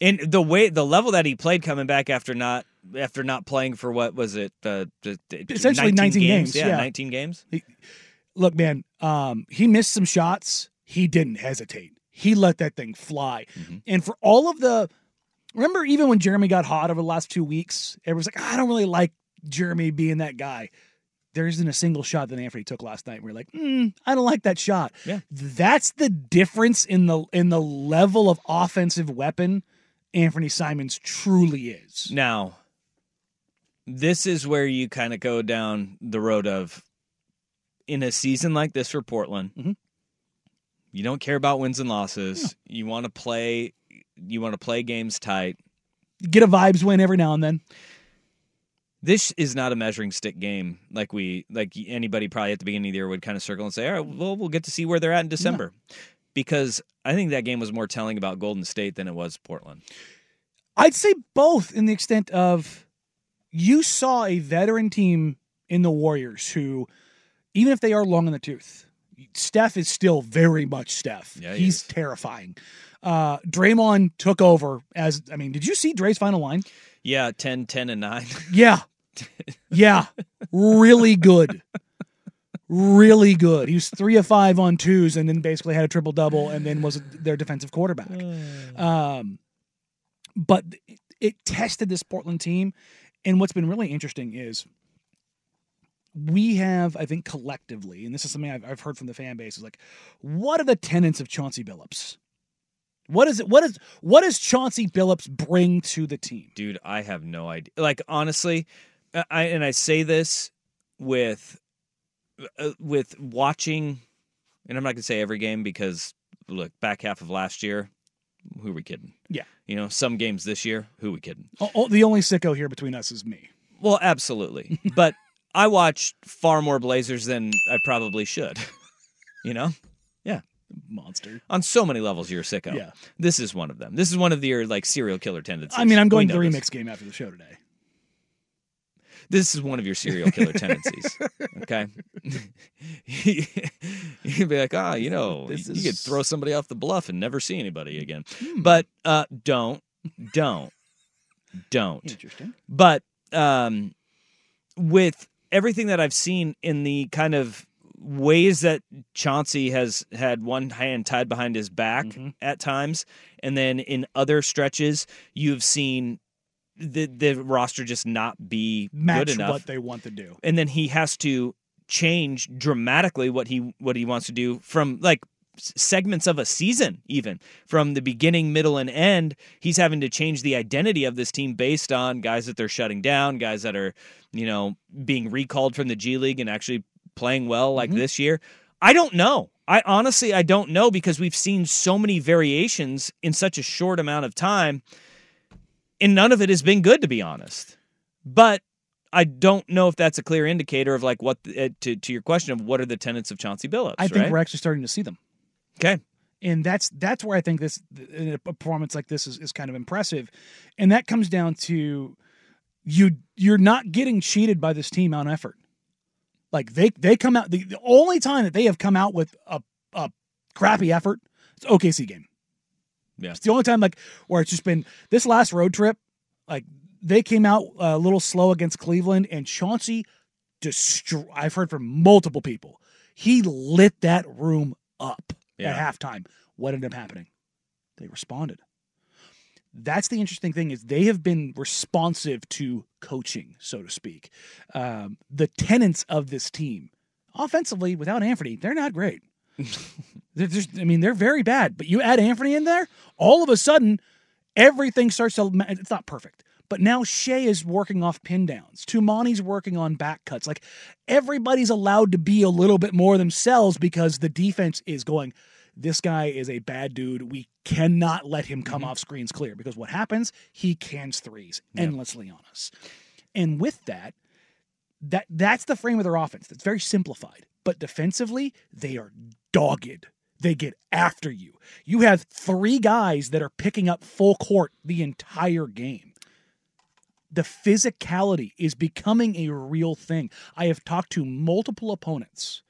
C: and the way the level that he played coming back after not after not playing for what was it? Uh, d- d-
B: Essentially 19 games,
C: Yeah,
B: yeah.
C: 19 games.
B: Look, man, um, he missed some shots. He didn't hesitate. He let that thing fly. And for all of the, remember, even when Jeremy got hot over the last two weeks, everyone's like, "Ah, I don't really like Jeremy being that guy. There isn't a single shot that Anthony took last night. We're like, mm, I don't like that shot.
C: Yeah.
B: that's the difference in the in the level of offensive weapon Anthony Simons truly is.
C: Now, this is where you kind of go down the road of in a season like this for Portland,
B: Mhm.
C: you don't care about wins and losses. You want to play. You want to play games tight.
B: Get a vibes win every now and then.
C: This is not a measuring stick game like we like anybody probably at the beginning of the year would kind of circle and say, all right, well, we'll get to see where they're at in December. Because I think that game was more telling about Golden State than it was Portland.
B: I'd say both in the extent of you saw a veteran team in the Warriors who, even if they are long in the tooth, Steph is still very much Steph.
C: Yeah, he
B: He's
C: is.
B: terrifying. Uh, Draymond took over as I mean, did you see Dre's final line?
C: Yeah, 10, 10, and 9.
B: Yeah. Yeah. Really good. Really good. He was three of five on twos and then basically had a triple double and then was their defensive quarterback. Um, but it, it tested this Portland team. And what's been really interesting is we have, I think, collectively, and this is something I've, I've heard from the fan base, is like, what are the tenets of Chauncey Billups? What is it? What is what does Chauncey Billups bring to the team?
C: [laughs] dude i have no idea like honestly I- i and i say this with uh, with watching and i'm not gonna say every game because look back half of last year who we kidding
B: Yeah.
C: you know some games this year who we kidding
B: Oh, oh, the only sicko here between us is me.
C: well
B: [laughs]
C: absolutely but i watched far more blazers than i probably should [laughs] you know
B: Monster.
C: on so many levels you're a sicko
B: Yeah.
C: this is one of them this is one of your like serial killer tendencies
B: I mean, I'm
C: We
B: going to the
C: know
B: remix
C: this.
B: game after the show today.
C: this is one of your serial
B: [laughs]
C: killer tendencies. Okay. [laughs] You'd be like, ah, you know,
B: This
C: you could
B: is- Hmm.
C: throw somebody off the bluff and never see anybody again. But uh, don't, don't, don't.
B: Interesting.
C: But um, with everything that I've seen in the kind of ways that Chauncey has had one hand tied behind his back
B: Mm-hmm.
C: at times, and then in other stretches, you've seen the the roster just not be good
B: Match
C: enough
B: what they want to do.
C: and then he has to change dramatically what he what he wants to do from like s- segments of a season even from the beginning middle and end he's having to change the identity of this team based on guys that they're shutting down guys that are you know being recalled from the G League and actually playing well like this year i don't know i honestly i don't know because we've seen so many variations in such a short amount of time and none of it has been good to be honest but I don't know if that's a clear indicator of like what the, uh, to to your question of what are the tenets of Chauncey Billups.
B: I think
C: right?
B: we're actually starting to see them.
C: okay.
B: And that's that's where I think this in a performance like this is, is kind of impressive. And that comes down to you you're not getting cheated by this team on effort. Like they they come out the, the only time that they have come out with a a crappy effort, it's OKC game.
C: Yeah.
B: It's the only time like where it's just been this last road trip, like they came out uh, a little slow against Cleveland and Chauncey destroy I've heard from multiple people. He lit that room up
C: Yeah.
B: at halftime. What ended up happening? They responded. That's the interesting thing is they have been responsive to coaching, so to speak. Um, the tenants of this team, offensively, without Anthony, they're not great. They're just, I mean, they're very bad. But you add Anthony in there, all of a sudden, everything starts to. ma- It's not perfect. But now Shea is working off pin downs. Tumani's working on back cuts. Like everybody's allowed to be a little bit more themselves because the defense is going, this guy is a bad dude. We cannot let him come off screens clear because what happens? He cans threes endlessly on us. And with that, that that's the frame of their offense. That's very simplified. But defensively, they are dogged. They get after you. You have three guys that are picking up full court the entire game. The physicality is becoming a real thing. I have talked to multiple opponents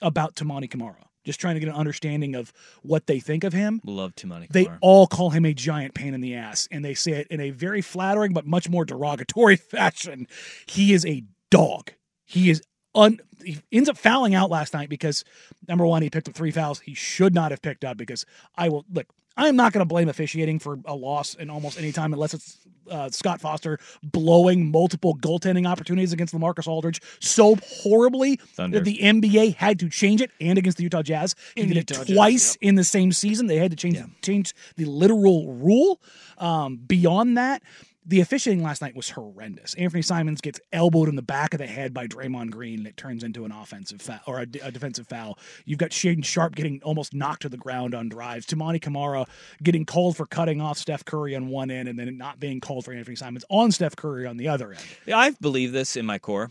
B: about Tamani Kamara just trying to get an understanding of what they think of him.
C: Love to money.
B: They all call him a giant pain in the ass, and they say it in a very flattering but much more derogatory [laughs] fashion. He is a dog. He is un. He ends up fouling out last night because number one, he picked up three fouls he should not have picked up. Because I will look. I am not going to blame officiating for a loss in almost any time unless it's uh, Scott Foster blowing multiple goaltending opportunities against Lamarcus Aldridge so horribly
C: Thunder.
B: that the NBA had to change it, and against the Utah Jazz, he
C: And
B: did it
C: Utah Jazz,
B: twice in the same season. They had to change change the literal rule. Um, beyond that, the officiating last night was horrendous. Anthony Simons gets elbowed in the back of the head by Draymond Green, and it turns into an offensive foul or a, de- a defensive foul. You've got Shaden Sharp getting almost knocked to the ground on drives. Tamani Kamara getting called for cutting off Steph Curry on one end, and then not being called for Anthony Simons on Steph Curry on the other end.
C: I believe this in my core.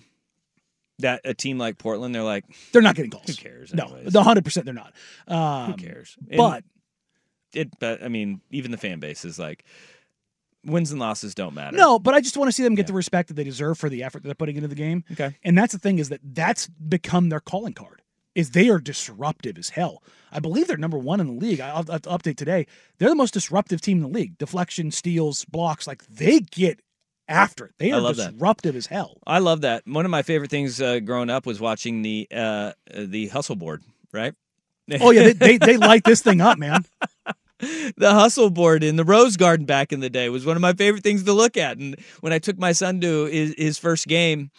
C: That a team like Portland, they're like,
B: They're not getting calls.
C: Who cares
B: No,
C: anyways?
B: the hundred percent they're not. Um,
C: who cares? And
B: But
C: it, but I mean, even the fan base is like, wins and losses don't matter.
B: No, but I just want to see them get the respect that they deserve for the effort that they're putting into the game.
C: Okay.
B: And that's the thing is that that's become their calling card. Is they are disruptive as hell. I believe they're number one in the league. I'll, I'll have to update today. They're the most disruptive team in the league. Deflection, steals, blocks, like they get after it. They
C: I
B: are
C: love that.
B: disruptive as
C: [laughs]
B: hell.
C: I love that. One of my favorite things uh, growing up was watching the uh, uh, the hustle board. Right?
B: Oh yeah, they, they they light this thing up, man.
C: the hustle board in the Rose Garden back in the day was one of my favorite things to look at. And when I took my son to his, his first game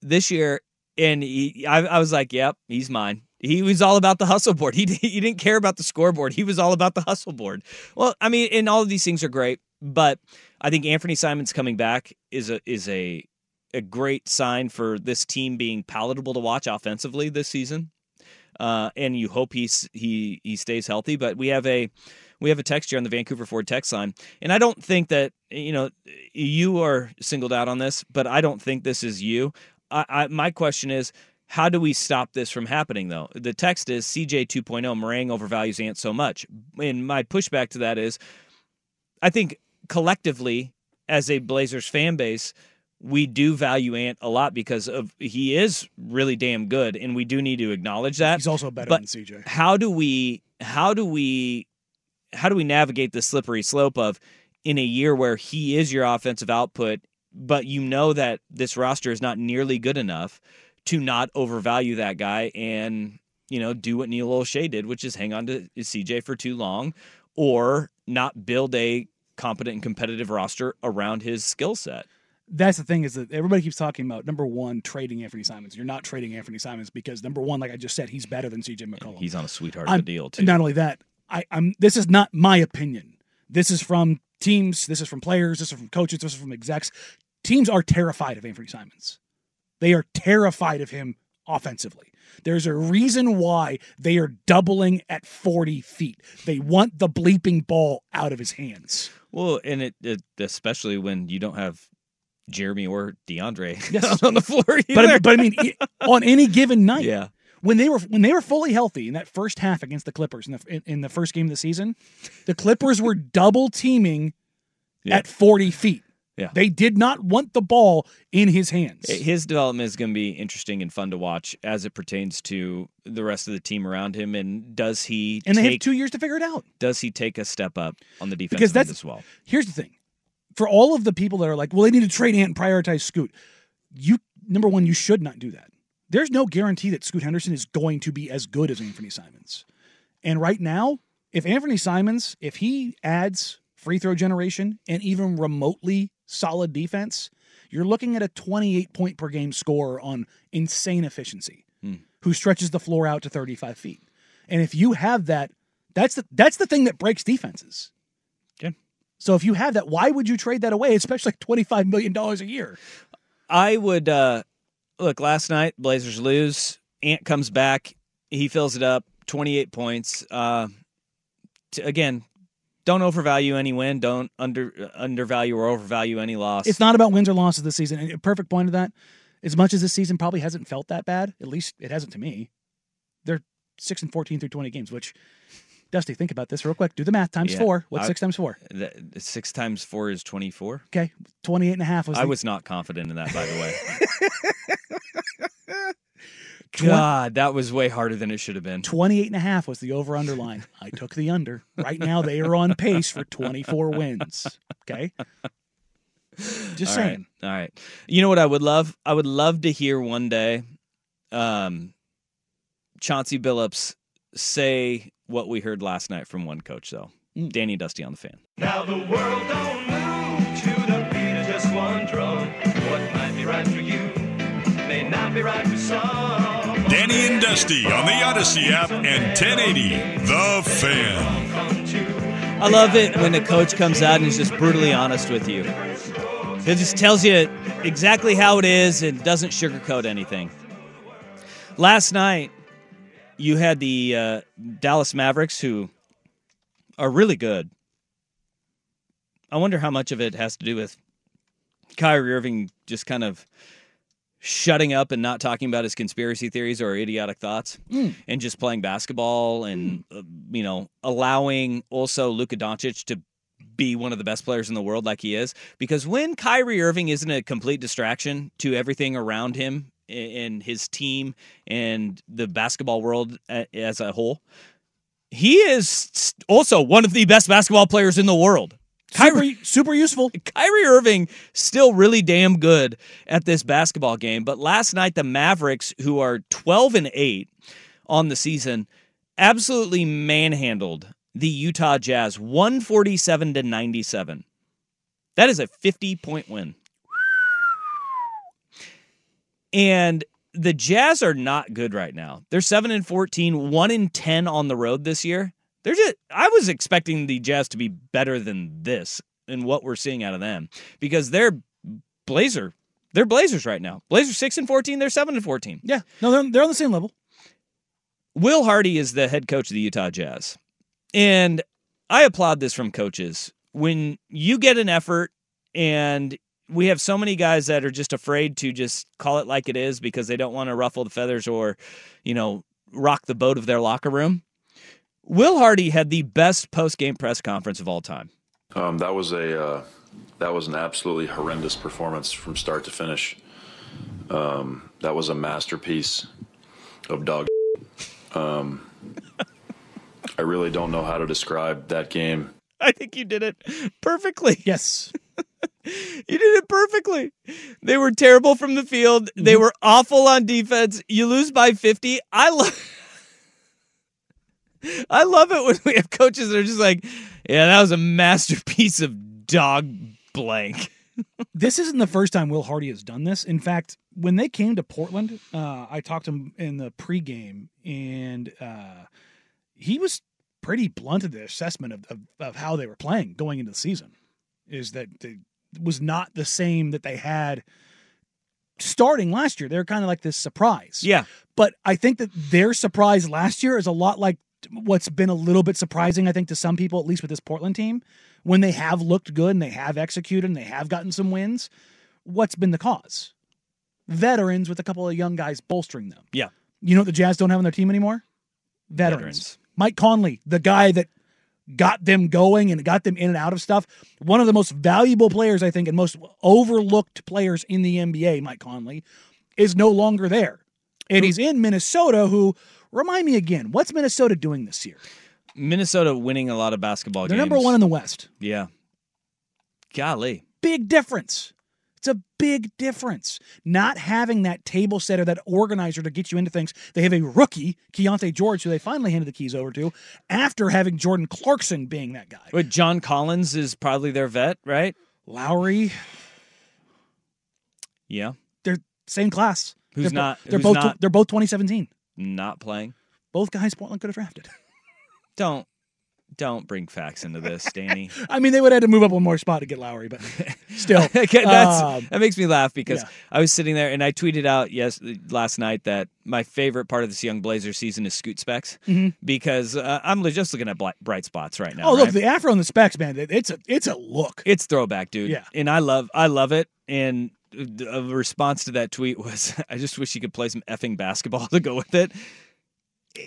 C: this year, and he, I, I was like, "Yep, he's mine." He was all about the hustle board. He [laughs] di- he didn't care about the scoreboard. He was all about the hustle board. Well, I mean, and all of these things are great, but I think Anthony Simons coming back is a is a a great sign for this team being palatable to watch offensively this season. Uh, and you hope he's, he he stays healthy. But we have a we have a text here on the Vancouver Ford text line, and I don't think that you know you are singled out on this, but I don't think this is you. I, I my question is. How do we stop this from happening, though? The text is CJ 2.0 oh, Meringue overvalues Ant so much. And my pushback to that is I think collectively, as a Blazers fan base, we do value Ant a lot because of he is really damn good, and we do need to acknowledge that.
B: He's also better
C: But-
B: than CJ.
C: How do we? How do we? How do we navigate this slippery slope of in a year where he is your offensive output, but you know that this roster is not nearly good enough to not overvalue that guy and you know do what Neil O'Shea did, which is hang on to CJ for too long, or not build a competent and competitive roster around his skill set.
B: that's the thing is that everybody keeps talking about number one trading Anthony Simons. You're not trading Anthony Simons because number one, like I just said, he's better than CJ McCollum.
C: He's on a sweetheart
B: I'm-
C: of a deal too.
B: Not only that, I, I'm. This is not my opinion. This is from teams. This is from players. This is from coaches. This is from execs. Teams are terrified of Anthony Simons. They are terrified of him offensively. There's a reason why they are doubling at 40 feet. They want the bleeping ball out of his hands.
C: Well, and it, it especially when you don't have Jeremy or DeAndre [laughs]
B: Yes.
C: on the floor either.
B: But I, but I mean, it- on any given night,
C: yeah,
B: when they were when they were fully healthy in that first half against the Clippers in the in, in the first game of the season, the Clippers were double teaming
C: Yeah.
B: at 40 feet.
C: Yeah.
B: They did not want the ball in his hands.
C: his development is going to be interesting and fun to watch as it pertains to the rest of the team around him. And does he
B: and they have
C: take
B: two years to figure it out.
C: does he take a step up on the defense
B: Because that's-
C: as well?
B: Here's the thing. For all of the people that are like, well, they need to trade Ant and prioritize Scoot, you number one, you should not do that. There's no guarantee that Scoot Henderson is going to be as good as Anthony Simons. And right now, if Anthony Simons, if he adds free throw generation and even remotely solid defense, you're looking at a 28 point per game scorer on insane efficiency
C: Hmm.
B: who stretches the floor out to 35 feet. And if you have that, that's the that's the thing that breaks defenses.
C: Okay.
B: So if you have that, why would you trade that away, especially $25 million a year?
C: I would uh look last night Blazers lose. Ant comes back. He fills it up. 28 points. Uh t- again, don't overvalue any win, don't under undervalue or overvalue any loss.
B: It's not about wins or losses this season. And a perfect point of that, as much as this season probably hasn't felt that bad, at least it hasn't to me, they're 6 and 14 through 20 games, which, Dusty, think about this real quick. Do the math times
C: Yeah.
B: four. What's
C: I-
B: 6 times 4?
C: That- 6 times 4 is 24.
B: Okay, 28 and a half was,
C: I
B: the-
C: was not confident in that by the way. God, that was way harder than it should have been.
B: 28 and a half was the over under line. I took the under. Right now they are on pace for 24 wins. Okay. Just
C: All right.
B: saying.
C: All right. You know what I would love? I would love to hear one day um Chauncey Billups say what we heard last night from one coach though. Danny and Dusty on the fan.
G: Now the world don't move to the beat of just one drum. What might be right for you may not be right for some.
D: Danny and Dusty on the Odyssey app and 1080 The Fan.
C: I love it when a coach comes out and is just brutally honest with you. He just tells you exactly how it is and doesn't sugarcoat anything. Last night, you had the uh, Dallas Mavericks, who are really good. I wonder how much of it has to do with Kyrie Irving just kind of shutting up and not talking about his conspiracy theories or idiotic thoughts and just playing basketball and uh, you know allowing also Luka Doncic to be one of the best players in the world like he is because when Kyrie Irving isn't a complete distraction to everything around him a- and his team and the basketball world a- as a whole he is s- also one of the best basketball players in the world Kyrie
B: Super, super
C: [laughs]
B: useful.
C: Kyrie Irving still really damn good at this basketball game, but last night the Mavericks, who are 12 and 8 on the season, absolutely manhandled the Utah Jazz 147 to 97. That is a 50 point win. And the Jazz are not good right now. They're 7 and 14, 1 and 10 on the road this year. They're just I was expecting the Jazz to be better than this and what we're seeing out of them because they're Blazer. They're Blazers right now. Blazers 6 and 14, they're 7 and 14.
B: Yeah. No, they're, they're on the same level.
C: Will Hardy is the head coach of the Utah Jazz. And I applaud this from coaches. When you get an effort and we have so many guys that are just afraid to just call it like it is because they don't want to ruffle the feathers or, you know, rock the boat of their locker room. Will Hardy had the best post-game press conference of all time.
H: Um, that was a uh, that was an absolutely horrendous performance from start to finish. Um, that was a masterpiece of dog. Um, I really don't know how to describe that game.
C: I think you did it perfectly.
B: Yes.
C: You did it perfectly. They were terrible from the field. They were awful on defense. You lose by 50. I love [laughs] I love it when we have coaches that are just like, yeah, that was a masterpiece of dog blank.
B: this isn't the first time Will Hardy has done this. In fact, when they came to Portland, uh, I talked to him in the pregame, and uh, he was pretty blunt in the assessment of, of, of how they were playing going into the season. Is that they, it was not the same that they had starting last year. They were kind of like this surprise.
C: Yeah.
B: But I think that their surprise last year is a lot like what's been a little bit surprising, I think, to some people, at least with this Portland team, when they have looked good and they have executed and they have gotten some wins. What's been the cause? Veterans with a couple of young guys bolstering them.
C: Yeah.
B: You know what the Jazz don't have on their team anymore? Veterans.
C: Veterans.
B: Mike Conley, the guy that got them going and got them in and out of stuff. One of the most valuable players, I think, and most overlooked players in the NBA, Mike Conley, is no longer there. And he's in Minnesota, who remind me again, what's Minnesota doing this year?
C: Minnesota winning a lot of basketball
B: They're
C: games.
B: number one in the West.
C: Yeah. Golly.
B: Big difference. It's a big difference. Not having that table setter, that organizer to get you into things. They have a rookie, Keontae George, who they finally handed the keys over to after having Jordan Clarkson being that guy.
C: Wait, John Collins is probably their vet, right?
B: Lowry,
C: Yeah.
B: they're same class.
C: Who's
B: they're, bo-
C: not-
B: They're
C: who's
B: both.
C: not-
B: They're both 2017.
C: Not playing.
B: Both guys Portland could have drafted. [laughs]
C: Don't don't bring facts into this, Danny.
B: I mean, they would have had to move up one more spot to get Lowry,
C: [laughs]
B: but still,
C: Okay, that's
B: um,
C: that makes me laugh because
B: yeah.
C: I was sitting there and I tweeted out yes last night that my favorite part of this young Blazer season is Scoot Specs because uh, I'm li- just looking at bli- bright spots right now.
B: Mm-hmm. oh look,
C: right?
B: the afro and the specs, man. it- It's a it's a look.
C: it's throwback, dude.
B: Yeah.
C: and I love I love it. And a [laughs] response to that tweet was, I just wish you could play some effing basketball to go with it.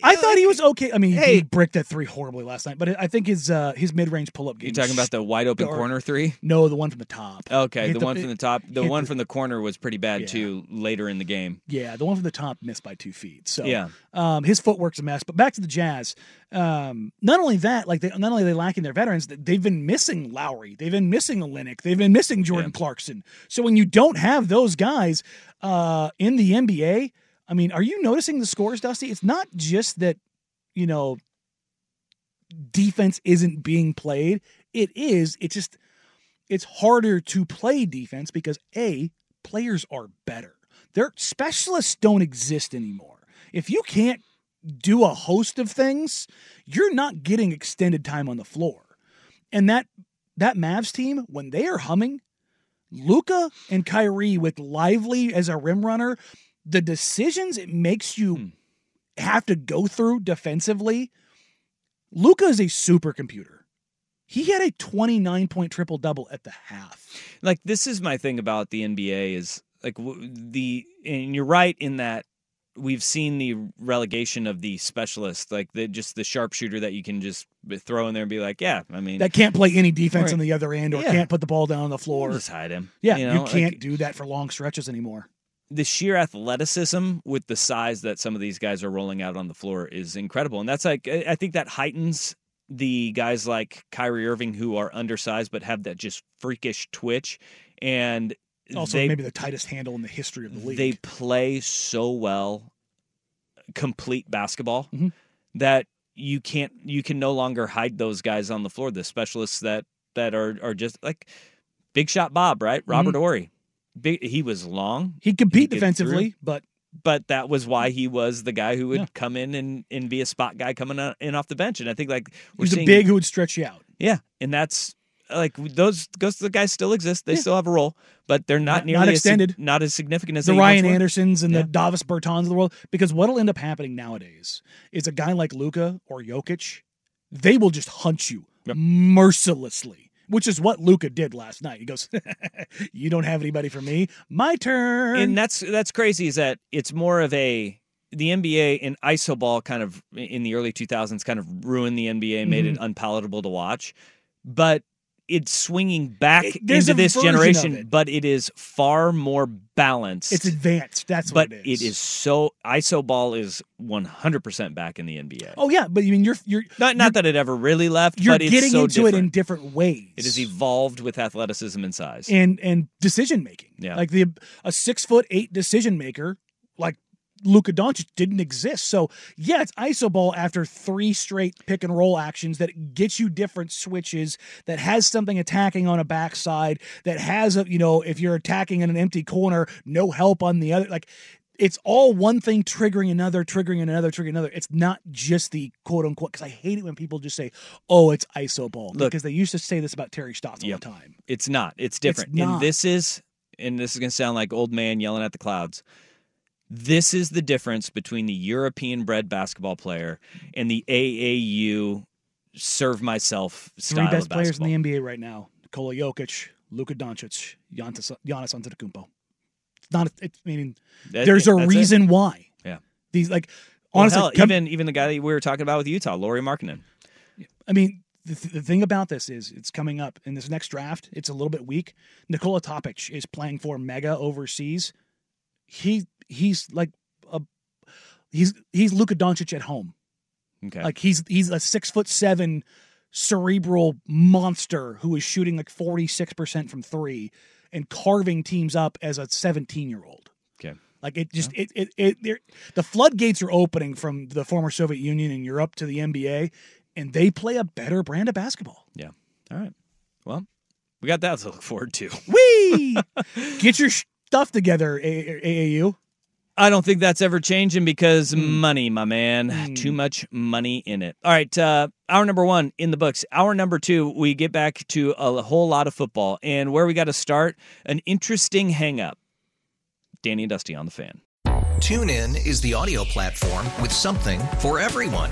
B: I thought he was okay. I mean,
C: Hey.
B: he bricked that three horribly last night, but I think his uh, his mid range pull up game.
C: You talking about the wide open
B: Or-
C: corner three?
B: No, the one from the top.
C: Okay,
B: Hit
C: the one from the top. The
B: hit
C: one
B: the-
C: from the corner was pretty bad
B: Yeah.
C: too later in the game.
B: Yeah, the one from the top missed by two feet. So
C: Yeah.
B: um, his footwork's a mess. But back to the Jazz. Um, not only that, like they, not only are they lacking their veterans, th- they've been missing Lowry, they've been missing Olenek, they've been missing Jordan Clarkson. So when you don't have those guys uh, in the NBA, I mean, are you noticing the scores, Dusty? It's not just that you know defense isn't being played. It is. It's just it's harder to play defense because a players are better. Their specialists don't exist anymore. If you can't do a host of things, you're not getting extended time on the floor. And that that Mavs team, when they are humming, Luca and Kyrie with Lively as a rim runner, the decisions it makes you have to go through defensively. Luca is a supercomputer. He had a 29 point triple double at the half.
C: Like this is my thing about the NBA is like w- the and you're right in that we've seen the relegation of the specialist, like the just the sharpshooter that you can just throw in there and be like, yeah, I mean,
B: That can't play any defense
C: Right.
B: on the other end or
C: Yeah.
B: can't put the ball down on the floor.
C: we'll just hide him.
B: yeah, you,
C: you, know? like,
B: can't do that for long stretches anymore.
C: the sheer athleticism with the size that some of these guys are rolling out on the floor is incredible. And that's like, I I think that heightens the guys like Kyrie Irving who are undersized but have that just freakish twitch. And
B: Also,
C: they,
B: maybe the tightest handle in the history of the league.
C: they play so well, complete basketball
B: Mhm.
C: that you can't, you can no longer hide those guys on the floor. The specialists that, that are, are just like big shot Bob, right?
B: Mm-hmm.
C: Robert Ory. Big, he was long
B: he compete
C: he gets
B: defensively, but
C: but that was why he was the guy who would
B: Yeah.
C: come in and, and be a spot guy coming o- in off the bench. And I think like we're
B: he's a
C: seeing-
B: big who would stretch you out.
C: yeah, and that's like those those the guys still exist. They
B: Yeah.
C: still have a role, but they're
B: Not-
C: not nearly
B: not
C: as sig-
B: extended.
C: not as significant as
B: the
C: they
B: Ryan
C: once were.
B: Andersons and
C: Yeah.
B: the Davis Bertans of the world. Because what'll end up happening nowadays is a guy like Luca or Jokic, they will just hunt you mercilessly, which is what Luca did last night. He goes, [laughs] "You don't have anybody for me. My turn."
C: and that's that's crazy is that it's more of a the NBA and iso ball kind of in the early 2000s kind of ruined the NBA and made
B: Mm-hmm.
C: it unpalatable to watch but it's swinging back
B: It- there's
C: into
B: a
C: this
B: version of
C: generation
B: it.
C: but it is far more balanced
B: it's advanced. That's
C: but
B: what
C: it is so iso ball is 100% back in the NBA
B: Oh yeah, but I mean, you're you're
C: not not that it ever really left
B: you're
C: but it's
B: getting
C: so
B: into it
C: different.
B: in different ways.
C: it has evolved with athleticism and size
B: and and decision making.
C: Yeah.
B: Like the a six foot eight decision maker like Luka Doncic didn't exist. So yeah, it's iso ball after three straight pick and roll actions that gets you different switches that has something attacking on a backside that has a you know if you're attacking in an empty corner, no help on the other like. It's all one thing triggering another, triggering another, triggering another. It's not just the quote unquote. Because I hate it when people just say, "Oh, it's iso ball,"
C: Look-
B: because they used to say this about Terry Stotts all
C: Yep.
B: the time.
C: It's not. It's different.
B: not.
C: And this is, and this is going to sound like old man yelling at the clouds. This is the difference between the European bred basketball player and the AAU serve myself
B: three
C: style
B: best
C: of
B: players
C: basketball.
B: in the NBA right now: Nikola Jokic, Luka Doncic, Giannis, Giannis Antetokounmpo. It's not. It's, I mean,
C: That-
B: there's a
C: that's it.
B: reason why.
C: Yeah.
B: These like
C: Well,
B: honestly,
C: hell,
B: come-
C: even even the guy that we were talking about with Utah, Laurie Markkinen.
B: I mean, the, th- the thing about this is it's coming up in this next draft. It's a little bit weak. Nikola Topic is playing for Mega overseas. He he's like a he's he's Luka Doncic at home.
C: Okay.
B: Like he's he's a six foot seven cerebral monster who is shooting like forty six percent from three and carving teams up as a seventeen year old.
C: Okay.
B: Like it just it it, it there the floodgates are opening from the former Soviet Union and Europe to the NBA, and they play a better brand of basketball.
C: yeah. All right. Well, we got that to look forward to.
B: Whee! [laughs] Get your stuff together, A- A- AAU.
C: I don't think that's ever changing because money, my man. Too much money in it. All right, uh, hour number one in the books. Hour number two, we get back to a whole lot of football and where we got to start an interesting hang up. Danny and Dusty on the fan.
F: TuneIn is the audio platform with something for everyone.